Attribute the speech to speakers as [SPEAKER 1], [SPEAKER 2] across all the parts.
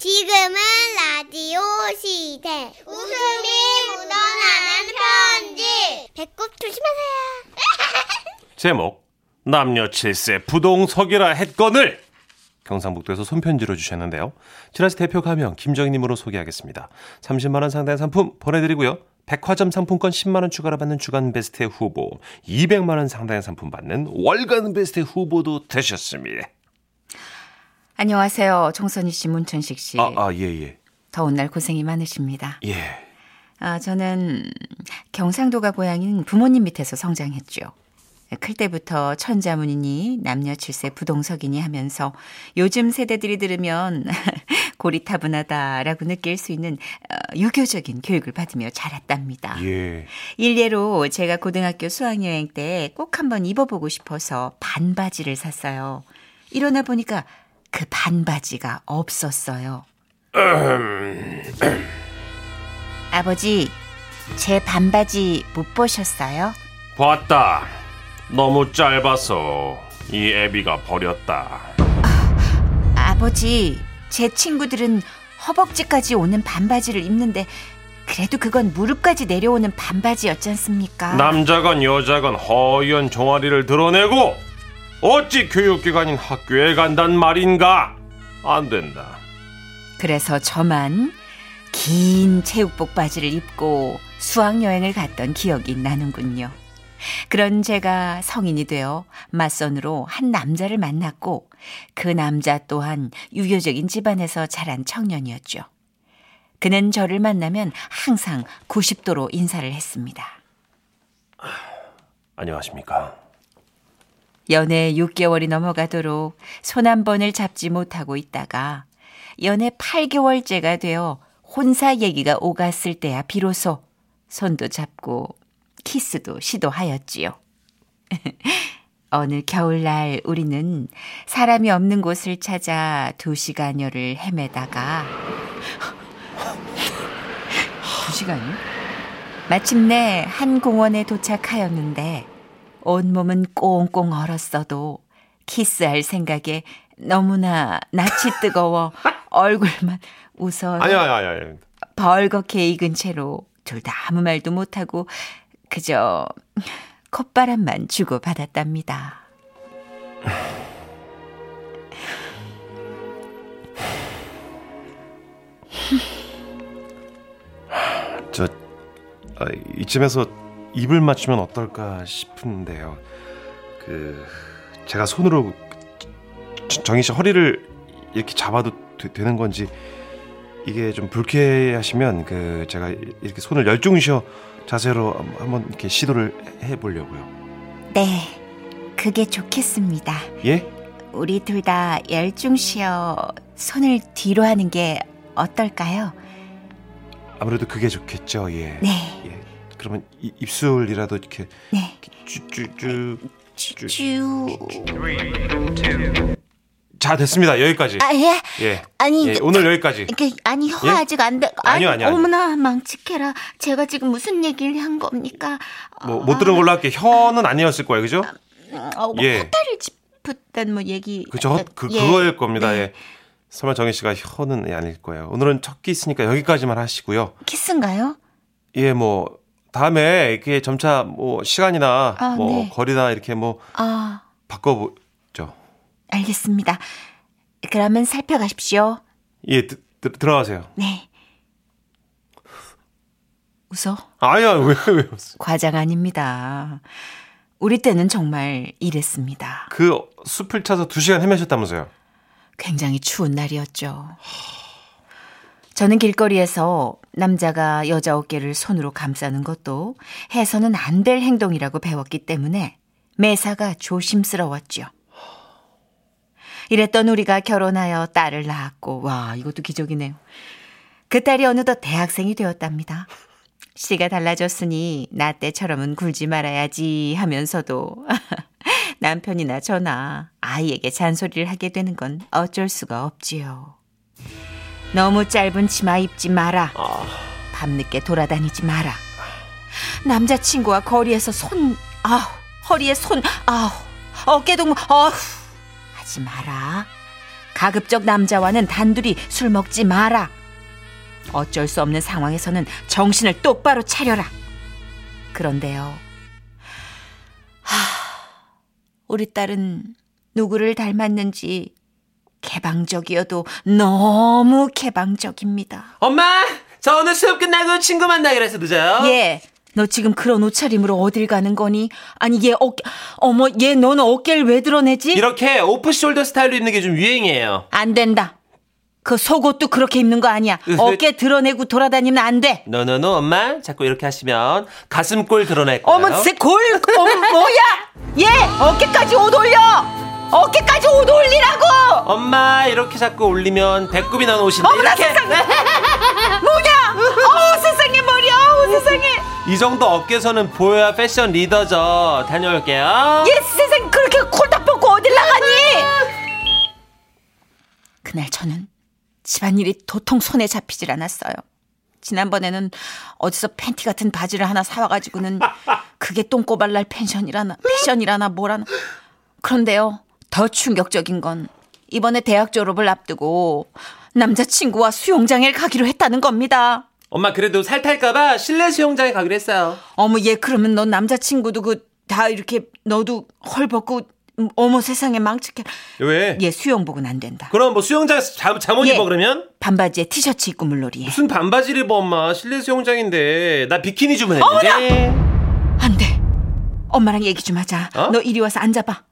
[SPEAKER 1] 지금은 라디오 시대. 웃음이 묻어나는 편지. 배꼽 조심하세요.
[SPEAKER 2] 제목 남녀 칠세 부동석이라 했건을 경상북도에서 손편지로 주셨는데요. 지라시 대표 가명 김정희님으로 소개하겠습니다. 30만 원 상당의 상품 보내드리고요. 백화점 상품권 10만 원 추가로 받는 주간 베스트 후보, 200만 원 상당의 상품 받는 월간 베스트 후보도 되셨습니다.
[SPEAKER 3] 안녕하세요. 종선희 씨, 문천식 씨.
[SPEAKER 2] 아, 아, 예, 예,
[SPEAKER 3] 더운 날 고생이 많으십니다.
[SPEAKER 2] 예.
[SPEAKER 3] 아, 저는 경상도가 고향인 부모님 밑에서 성장했죠. 클 때부터 천자문이니 남녀 칠세 부동석이니 하면서 요즘 세대들이 들으면 고리타분하다라고 느낄 수 있는 어, 유교적인 교육을 받으며 자랐답니다.
[SPEAKER 2] 예.
[SPEAKER 3] 일례로 제가 고등학교 수학여행 때 꼭 한번 입어보고 싶어서 반바지를 샀어요. 일어나 보니까 그 반바지가 없었어요. 아버지, 제 반바지 못 보셨어요?
[SPEAKER 2] 봤다. 너무 짧아서 이 애비가 버렸다.
[SPEAKER 3] 아버지, 제 친구들은 허벅지까지 오는 반바지를 입는데 그래도 그건 무릎까지 내려오는 반바지였잖습니까?
[SPEAKER 2] 남자건 여자건 허연 종아리를 드러내고 어찌 교육기관인 학교에 간단 말인가? 안 된다.
[SPEAKER 3] 그래서 저만 긴 체육복 바지를 입고 수학여행을 갔던 기억이 나는군요. 그런 제가 성인이 되어 맞선으로 한 남자를 만났고 그 남자 또한 유교적인 집안에서 자란 청년이었죠. 그는 저를 만나면 항상 90도로 인사를 했습니다.
[SPEAKER 2] 안녕하십니까?
[SPEAKER 3] 연애 6개월이 넘어가도록 손 한 번을 잡지 못하고 있다가 연애 8개월째가 되어 혼사 얘기가 오갔을 때야 비로소 손도 잡고 키스도 시도하였지요. 어느 겨울날 우리는 사람이 없는 곳을 찾아 두 시간여를 헤매다가 두 시간이요? 마침내 한 공원에 도착하였는데 온몸은 꽁꽁 얼었어도 키스할 생각에 너무나 낯이 뜨거워 얼굴만 웃어
[SPEAKER 2] 아니요, 아니요, 아니요.
[SPEAKER 3] 벌겋게 익은 채로 둘 다 아무 말도 못하고 그저 콧바람만 주고 받았답니다.
[SPEAKER 2] 저 아, 이쯤에서 입을 맞추면 어떨까 싶은데요. 그 제가 손으로 정- 정희 씨 허리를 이렇게 잡아도 되, 는 건지 이게 좀 불쾌하시면 그 제가 이렇게 손을 열중시어 자세로 한- 한번 이렇게 시도를 해 보려고요.
[SPEAKER 3] 네, 그게 좋겠습니다.
[SPEAKER 2] 예?
[SPEAKER 3] 우리 둘 다 열중시어 손을 뒤로 하는 게 어떨까요?
[SPEAKER 2] 아무래도 그게 좋겠죠. 예.
[SPEAKER 3] 네,
[SPEAKER 2] 예. 그러면 이- 입술이라도 이렇게
[SPEAKER 3] 네.
[SPEAKER 2] 쭈쭈쭈
[SPEAKER 3] 쭈.
[SPEAKER 2] 자 됐습니다. 여기까지.
[SPEAKER 1] 아, 예.
[SPEAKER 2] 예.
[SPEAKER 1] 아니,
[SPEAKER 2] 예,
[SPEAKER 1] 저-
[SPEAKER 2] 오늘 여기까지.
[SPEAKER 1] 이게 아니 허
[SPEAKER 2] 예?
[SPEAKER 1] 아직 안 돼. 아니,
[SPEAKER 2] 아니요, 아니요, 아니요.
[SPEAKER 1] 어머나 망치케라. 제가 지금 무슨 얘기를 한 겁니까?
[SPEAKER 2] 뭐 못 들은 걸로 할게. 혀는 아니었을 거예요, 그죠?
[SPEAKER 1] 어, 뭐
[SPEAKER 2] 예.
[SPEAKER 1] 헛다리를 짚었단 뭐 얘기.
[SPEAKER 2] 그죠? 그
[SPEAKER 1] 예.
[SPEAKER 2] 그거일 겁니다. 예. 설마 정희 씨가 혀는 아닐 거예요. 오늘은 첫 키스니까 여기까지만 하시고요.
[SPEAKER 1] 키스인가요?
[SPEAKER 2] 예, 뭐 다음에 이렇게 점차 뭐 시간이나
[SPEAKER 1] 아,
[SPEAKER 2] 뭐
[SPEAKER 1] 네.
[SPEAKER 2] 거리나 이렇게 뭐
[SPEAKER 1] 아,
[SPEAKER 2] 바꿔보죠.
[SPEAKER 1] 알겠습니다. 그러면 살펴가십시오.
[SPEAKER 2] 예, 드- 드- 들어가세요.
[SPEAKER 1] 네.
[SPEAKER 3] 웃어?
[SPEAKER 2] 아니야, 왜 왜?
[SPEAKER 3] 과장 아닙니다. 우리 때는 정말 이랬습니다.
[SPEAKER 2] 그 숲을 찾아 두 시간 헤매셨다면서요?
[SPEAKER 3] 네, 굉장히 추운 날이었죠. 저는 길거리에서 남자가 여자 어깨를 손으로 감싸는 것도 해서는 안 될 행동이라고 배웠기 때문에 매사가 조심스러웠죠. 이랬던 우리가 결혼하여 딸을 낳았고, 와, 이것도 기적이네요. 그 딸이 어느덧 대학생이 되었답니다. 씨가 달라졌으니 나 때처럼은 굴지 말아야지 하면서도 남편이나 저나 아이에게 잔소리를 하게 되는 건 어쩔 수가 없지요. 너무 짧은 치마 입지 마라. 밤늦게 돌아다니지 마라. 남자친구와 거리에서 손, 아우, 허리에 손, 아우, 어깨 동무, 아우, 하지 마라. 가급적 남자와는 단둘이 술 먹지 마라. 어쩔 수 없는 상황에서는 정신을 똑바로 차려라. 그런데요. 하, 우리 딸은 누구를 닮았는지 개방적이어도 너무 개방적입니다.
[SPEAKER 4] 엄마, 저 오늘 수업 끝나고 친구 만나기로 해서 늦어요.
[SPEAKER 3] 얘, 예, 너 지금 그런 옷차림으로 어딜 가는 거니? 아니 얘 어깨, 어머 얘 너는 어깨를 왜 드러내지?
[SPEAKER 4] 이렇게 오프숄더 스타일로 입는 게 좀 유행이에요.
[SPEAKER 3] 안 된다. 그 속옷도 그렇게 입는 거 아니야. 어깨 드러내고 돌아다니면 안 돼.
[SPEAKER 4] 너너너 엄마, 자꾸 이렇게 하시면 가슴골 드러날 거예요.
[SPEAKER 3] 어머, 쟤 골, 어머, 뭐야? 얘 어깨까지 옷 올려. 어깨까지 옷 올리라고.
[SPEAKER 4] 엄마 이렇게 자꾸 올리면 배꼽이 나는 옷인데
[SPEAKER 3] 어머나,
[SPEAKER 4] 이렇게
[SPEAKER 3] 뭐냐? 어우 세상에 머리야. 어우 세상에.
[SPEAKER 4] 이 정도 어깨선은 보여야 패션 리더죠. 다녀올게요.
[SPEAKER 3] 얘 세상 그렇게 콜딱 벗고 어딜 나가니? 그날 저는 집안일이 도통 손에 잡히질 않았어요. 지난번에는 어디서 팬티 같은 바지를 하나 사와가지고는 그게 똥꼬발랄 펜션이라나 패션이라나 뭐라나 그런데요 더 충격적인 건 이번에 대학 졸업을 앞두고 남자친구와 수영장에 가기로 했다는 겁니다.
[SPEAKER 4] 엄마 그래도 살 탈까봐 실내 수영장에 가기로 했어요.
[SPEAKER 3] 어머 얘 그러면 넌 남자친구도 그 다 이렇게 너도 헐벗고 음, 어머 세상에 망측해
[SPEAKER 4] 왜?
[SPEAKER 3] 얘 예, 수영복은 안 된다
[SPEAKER 4] 그럼 뭐 수영장 잠, 잠옷
[SPEAKER 3] 예.
[SPEAKER 4] 입어 그러면?
[SPEAKER 3] 반바지에 티셔츠 입고 물놀이
[SPEAKER 4] 무슨 반바지를 입어 엄마 실내 수영장인데 나 비키니 주문했는데
[SPEAKER 3] 안돼 엄마랑 얘기 좀 하자
[SPEAKER 4] 어?
[SPEAKER 3] 너 이리 와서 앉아봐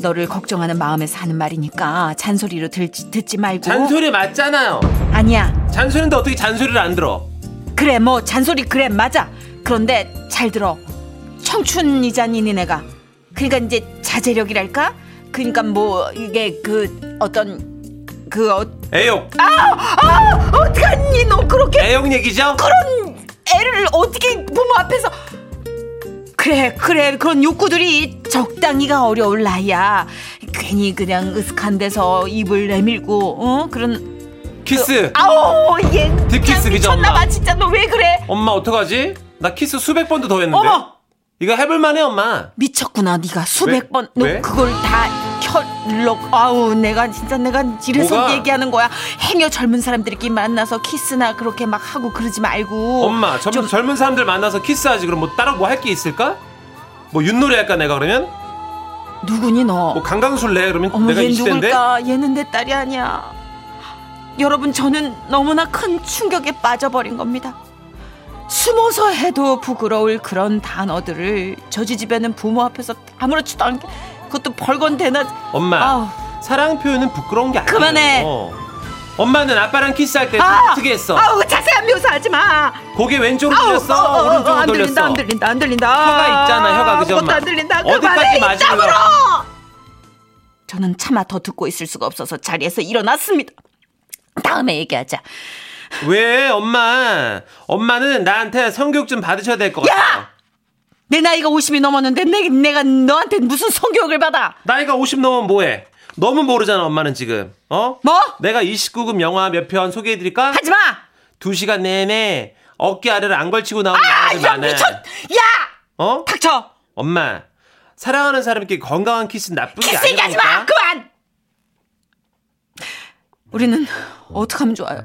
[SPEAKER 3] 너를 걱정하는 마음에서 하는 말이니까 잔소리로 들지, 듣지 말고
[SPEAKER 4] 잔소리 맞잖아요
[SPEAKER 3] 아니야
[SPEAKER 4] 잔소리인데 어떻게 잔소리를 안 들어
[SPEAKER 3] 그래 뭐 잔소리 그래 맞아 그런데 잘 들어 청춘이잖니 니네가 그러니까 이제 자제력이랄까 그러니까 뭐 이게 그 어떤 그 어,
[SPEAKER 4] 애욕
[SPEAKER 3] 어떡하니 너 그렇게
[SPEAKER 4] 애욕 얘기죠?
[SPEAKER 3] 그런 애를 어떻게 부모 앞에서 그래 그래 그런 욕구들이 적당히가 어려울 나이야 괜히 그냥 으슥한 데서 입을 내밀고 어 그런
[SPEAKER 4] 키스
[SPEAKER 3] 아오 얘
[SPEAKER 4] 딥키스 그죠, 엄마? 네?
[SPEAKER 3] 미쳤나봐 진짜 너 왜 그래
[SPEAKER 4] 엄마 어떡하지? 나 키스 수백 번도 더 했는데
[SPEAKER 3] 어머!
[SPEAKER 4] 이거 해볼만해 엄마
[SPEAKER 3] 미쳤구나 네가 수백 번 너
[SPEAKER 4] 왜?
[SPEAKER 3] 그걸 다 혈록 아우 내가 진짜 내가 이래서
[SPEAKER 4] 뭐가?
[SPEAKER 3] 얘기하는 거야 행여 젊은 사람들끼리 만나서 키스나 그렇게 막 하고 그러지 말고
[SPEAKER 4] 엄마 젊,
[SPEAKER 3] 어, 좀-
[SPEAKER 4] 젊은 사람들 만나서 키스하지 그럼 뭐 따로 뭐 할 게 있을까? 뭐 윷놀이 할까 내가 그러면?
[SPEAKER 3] 누구니 너
[SPEAKER 4] 뭐 강강술래 그러면
[SPEAKER 3] 어머
[SPEAKER 4] 내가
[SPEAKER 3] 얘
[SPEAKER 4] 20대인데?
[SPEAKER 3] 누굴까? 얘는 내 딸이 아니야. 여러분 저는 너무나 큰 충격에 빠져버린 겁니다. 숨어서 해도 부끄러울 그런 단어들을 저지집에는 부모 앞에서 아무렇지도 않게 그것도 벌건 대낮.
[SPEAKER 4] 엄마
[SPEAKER 3] 아우.
[SPEAKER 4] 사랑 표현은 부끄러운 게 아니에요
[SPEAKER 3] 그만해.
[SPEAKER 4] 엄마는 아빠랑 키스할 때
[SPEAKER 3] 아!
[SPEAKER 4] 어떻게 했어?
[SPEAKER 3] 아우 자세한 묘사하지 마.
[SPEAKER 4] 고개 왼쪽으로
[SPEAKER 3] 아우
[SPEAKER 4] 돌렸어
[SPEAKER 3] 어, 어, 어,
[SPEAKER 4] 오른쪽으로
[SPEAKER 3] 안
[SPEAKER 4] 돌렸어
[SPEAKER 3] 들린다 안 들린다 안 들린다.
[SPEAKER 4] 혀가 있잖아, 혀가, 그죠,
[SPEAKER 3] 아무것도
[SPEAKER 4] 엄마?
[SPEAKER 3] 안 들린다.
[SPEAKER 4] 어디까지
[SPEAKER 3] 그만해
[SPEAKER 4] 맞은 거야?
[SPEAKER 3] 입담으로. 저는 차마 더 듣고 있을 수가 없어서 자리에서 일어났습니다. 다음에 얘기하자.
[SPEAKER 4] 왜 엄마 엄마는 나한테 성교육 좀 받으셔야 될 것
[SPEAKER 3] 야!
[SPEAKER 4] 같아요
[SPEAKER 3] 내 나이가 50이 넘었는데 내, 내가 너한테 무슨 성교육을 받아?
[SPEAKER 4] 나이가 50 넘으면 뭐해 너무 모르잖아 엄마는 지금 어?
[SPEAKER 3] 뭐?
[SPEAKER 4] 내가 29금 영화 몇 편 소개해드릴까?
[SPEAKER 3] 하지 마!
[SPEAKER 4] 두 시간 내내 어깨 아래를 안 걸치고 나오는
[SPEAKER 3] 아,
[SPEAKER 4] 영화들
[SPEAKER 3] 야,
[SPEAKER 4] 많아
[SPEAKER 3] 미쳤! 야!
[SPEAKER 4] 어?
[SPEAKER 3] 닥쳐!
[SPEAKER 4] 엄마 사랑하는 사람께 건강한 키스는 나쁜 게
[SPEAKER 3] 키스
[SPEAKER 4] 아니라니까
[SPEAKER 3] 얘기하지 마! 그만! 우리는 어떻게 하면 좋아요?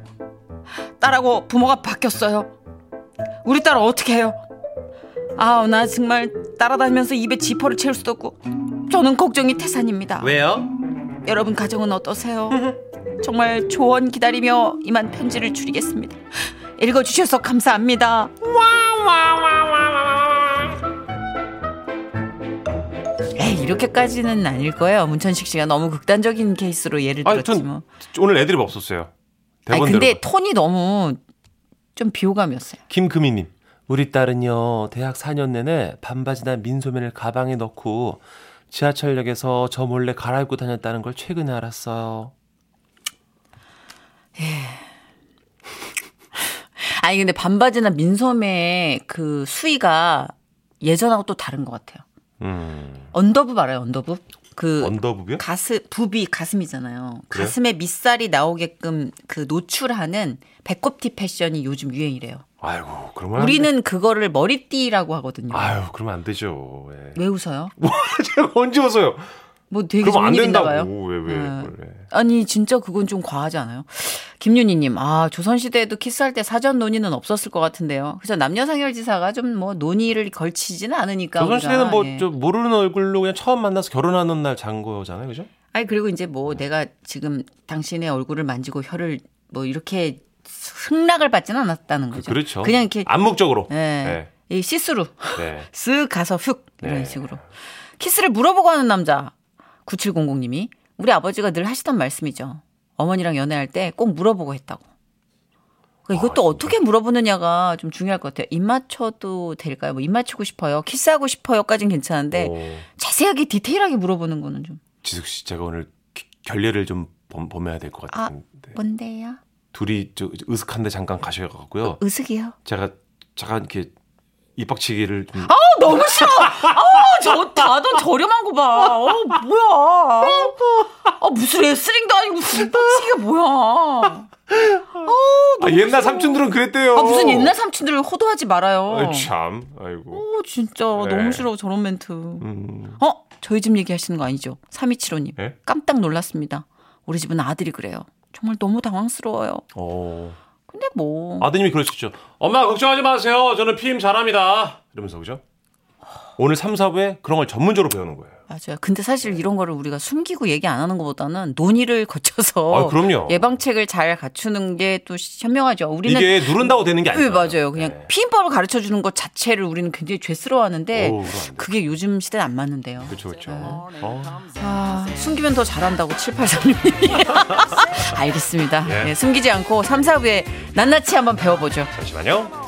[SPEAKER 3] 딸하고 부모가 바뀌었어요. 우리 딸 어떻게 해요? 아우, 나 정말 따라다니면서 입에 지퍼를 채울 수도 없고. 저는 걱정이 태산입니다.
[SPEAKER 4] 왜요?
[SPEAKER 3] 여러분 가정은 어떠세요? 정말 조언 기다리며 이만 편지를 줄이겠습니다. 읽어주셔서 감사합니다. 에이, 이렇게까지는 아닐 거예요. 문천식 씨가 너무 극단적인 케이스로 예를
[SPEAKER 2] 아니,
[SPEAKER 3] 들었지
[SPEAKER 2] 전
[SPEAKER 3] 뭐.
[SPEAKER 2] 오늘 애드립 없었어요.
[SPEAKER 3] 아니,
[SPEAKER 2] 대본대로.
[SPEAKER 3] 근데 톤이 너무 좀 비호감이었어요.
[SPEAKER 2] 김금희님.
[SPEAKER 4] 우리 딸은요 대학 4년 내내 반바지나 민소매를 가방에 넣고 지하철역에서 저 몰래 갈아입고 다녔다는 걸 최근에 알았어요.
[SPEAKER 3] 아니 근데 반바지나 민소매 그 수위가 예전하고 또 다른 것 같아요.
[SPEAKER 2] 음.
[SPEAKER 3] 언더부 알아요? 언더부? 그
[SPEAKER 2] 언더부비요?
[SPEAKER 3] 가슴 부비 가슴이잖아요.
[SPEAKER 2] 그래요?
[SPEAKER 3] 가슴에 밑살이 나오게끔 그 노출하는 배꼽티 패션이 요즘 유행이래요.
[SPEAKER 2] 아이고, 그러면 안 돼.
[SPEAKER 3] 우리는 그거를 머리띠라고 하거든요.
[SPEAKER 2] 아유, 그러면 안 되죠. 예.
[SPEAKER 3] 왜 웃어요?
[SPEAKER 2] 제가 언제 웃어요?
[SPEAKER 3] 뭐 네. 되게
[SPEAKER 5] 그러면 안
[SPEAKER 3] 좋은 일인가 봐요.
[SPEAKER 5] 된다고 왜 왜
[SPEAKER 3] 네.
[SPEAKER 5] 그래?
[SPEAKER 3] 아니 진짜 그건 좀 과하지 않아요? 김윤희님, 아 조선시대에도 키스할 때 사전 논의는 없었을 것 같은데요. 그래서 남녀상열지사가 좀 뭐 논의를 걸치지는 않으니까.
[SPEAKER 2] 조선 시대는
[SPEAKER 3] 우리가,
[SPEAKER 2] 뭐
[SPEAKER 3] 예.
[SPEAKER 2] 좀 모르는 얼굴로 그냥 처음 만나서 결혼하는 날 잔 거잖아요, 그죠?
[SPEAKER 3] 아니 그리고 이제 뭐 내가 지금 당신의 얼굴을 만지고 혀를 뭐 이렇게 승낙을 받지는 않았다는 거죠.
[SPEAKER 2] 그렇죠.
[SPEAKER 3] 냥 이렇게
[SPEAKER 2] 암묵적으로.
[SPEAKER 3] 예.
[SPEAKER 2] 네.
[SPEAKER 3] 이 시스루
[SPEAKER 2] 네.
[SPEAKER 3] 쓱 가서 휙 이런
[SPEAKER 2] 네.
[SPEAKER 3] 식으로 키스를 물어보고 하는 남자 9700님이 우리 아버지가 늘 하시던 말씀이죠. 어머니랑 연애할 때 꼭 물어보고 했다고. 그러니까
[SPEAKER 2] 아,
[SPEAKER 3] 이것도
[SPEAKER 2] 진짜?
[SPEAKER 3] 어떻게 물어보느냐가 좀 중요할 것 같아요. 입 맞춰도 될까요? 뭐입 맞추고 싶어요, 키스하고 싶어요까진 괜찮은데
[SPEAKER 2] 오,
[SPEAKER 3] 자세하게 디테일하게 물어보는 거는 좀
[SPEAKER 2] 지숙 씨 제가 오늘 기- 결례를 좀 범, 범해야 될 것
[SPEAKER 3] 아,
[SPEAKER 2] 같은데.
[SPEAKER 3] 뭔데요?
[SPEAKER 2] 둘이 저 으슥한데 잠깐 가셔야 하고요.
[SPEAKER 3] 으슥이요?
[SPEAKER 2] 제가 잠깐 이렇게 입박치기를 좀 아,
[SPEAKER 3] 너무 싫어. 아저 다돈 저렴한 거 봐. 어 뭐야. 아 무슨 레슬링도 아니고 무슨 빡치기가 뭐야.
[SPEAKER 2] 아, 옛날 삼촌들은 그랬대요.
[SPEAKER 3] 아 무슨 옛날 삼촌들을 호도하지 말아요.
[SPEAKER 5] 아이,
[SPEAKER 2] 그렇죠.
[SPEAKER 5] 참 아이고.
[SPEAKER 3] 오 진짜
[SPEAKER 5] 네.
[SPEAKER 3] 너무 싫어 저런 멘트.
[SPEAKER 2] 음,
[SPEAKER 3] 어 저희 집 얘기하시는 거 아니죠? 3275님
[SPEAKER 5] 예?
[SPEAKER 3] 깜짝 놀랐습니다. 우리 집은 아들이 그래요. 정말 너무 당황스러워요.
[SPEAKER 2] 어.
[SPEAKER 3] 근데 뭐
[SPEAKER 2] 아드님이 그럴 수 있죠. 엄마 걱정하지 마세요. 저는 피임 잘합니다. 이러면서 그죠? 오늘 3, 4부에 그런 걸 전문적으로 배우는 거예요.
[SPEAKER 3] 맞아요. 근데
[SPEAKER 2] 네.
[SPEAKER 3] 사실 이런 거를 우리가 숨기고 얘기 안 하는 것보다는 논의를 거쳐서
[SPEAKER 2] 아, 그럼요.
[SPEAKER 3] 예방책을 잘 갖추는 게 또 현명하죠. 우리는
[SPEAKER 2] 이게 누른다고 되는 게
[SPEAKER 3] 네,
[SPEAKER 2] 아니에요.
[SPEAKER 3] 맞아요. 그냥 피임법을 가르쳐 주는 것 자체를 우리는 굉장히 죄스러워하는데
[SPEAKER 2] 어우, 그거 안 돼.
[SPEAKER 3] 그게 요즘 시대에 안 맞는데요.
[SPEAKER 2] 그렇죠, 그렇죠. 어.
[SPEAKER 3] 아, 숨기면 더 잘한다고 7836님이. 알겠습니다.
[SPEAKER 2] 예.
[SPEAKER 3] 네, 숨기지 않고 3, 4부에 낱낱이 한번 배워보죠.
[SPEAKER 2] 잠시만요.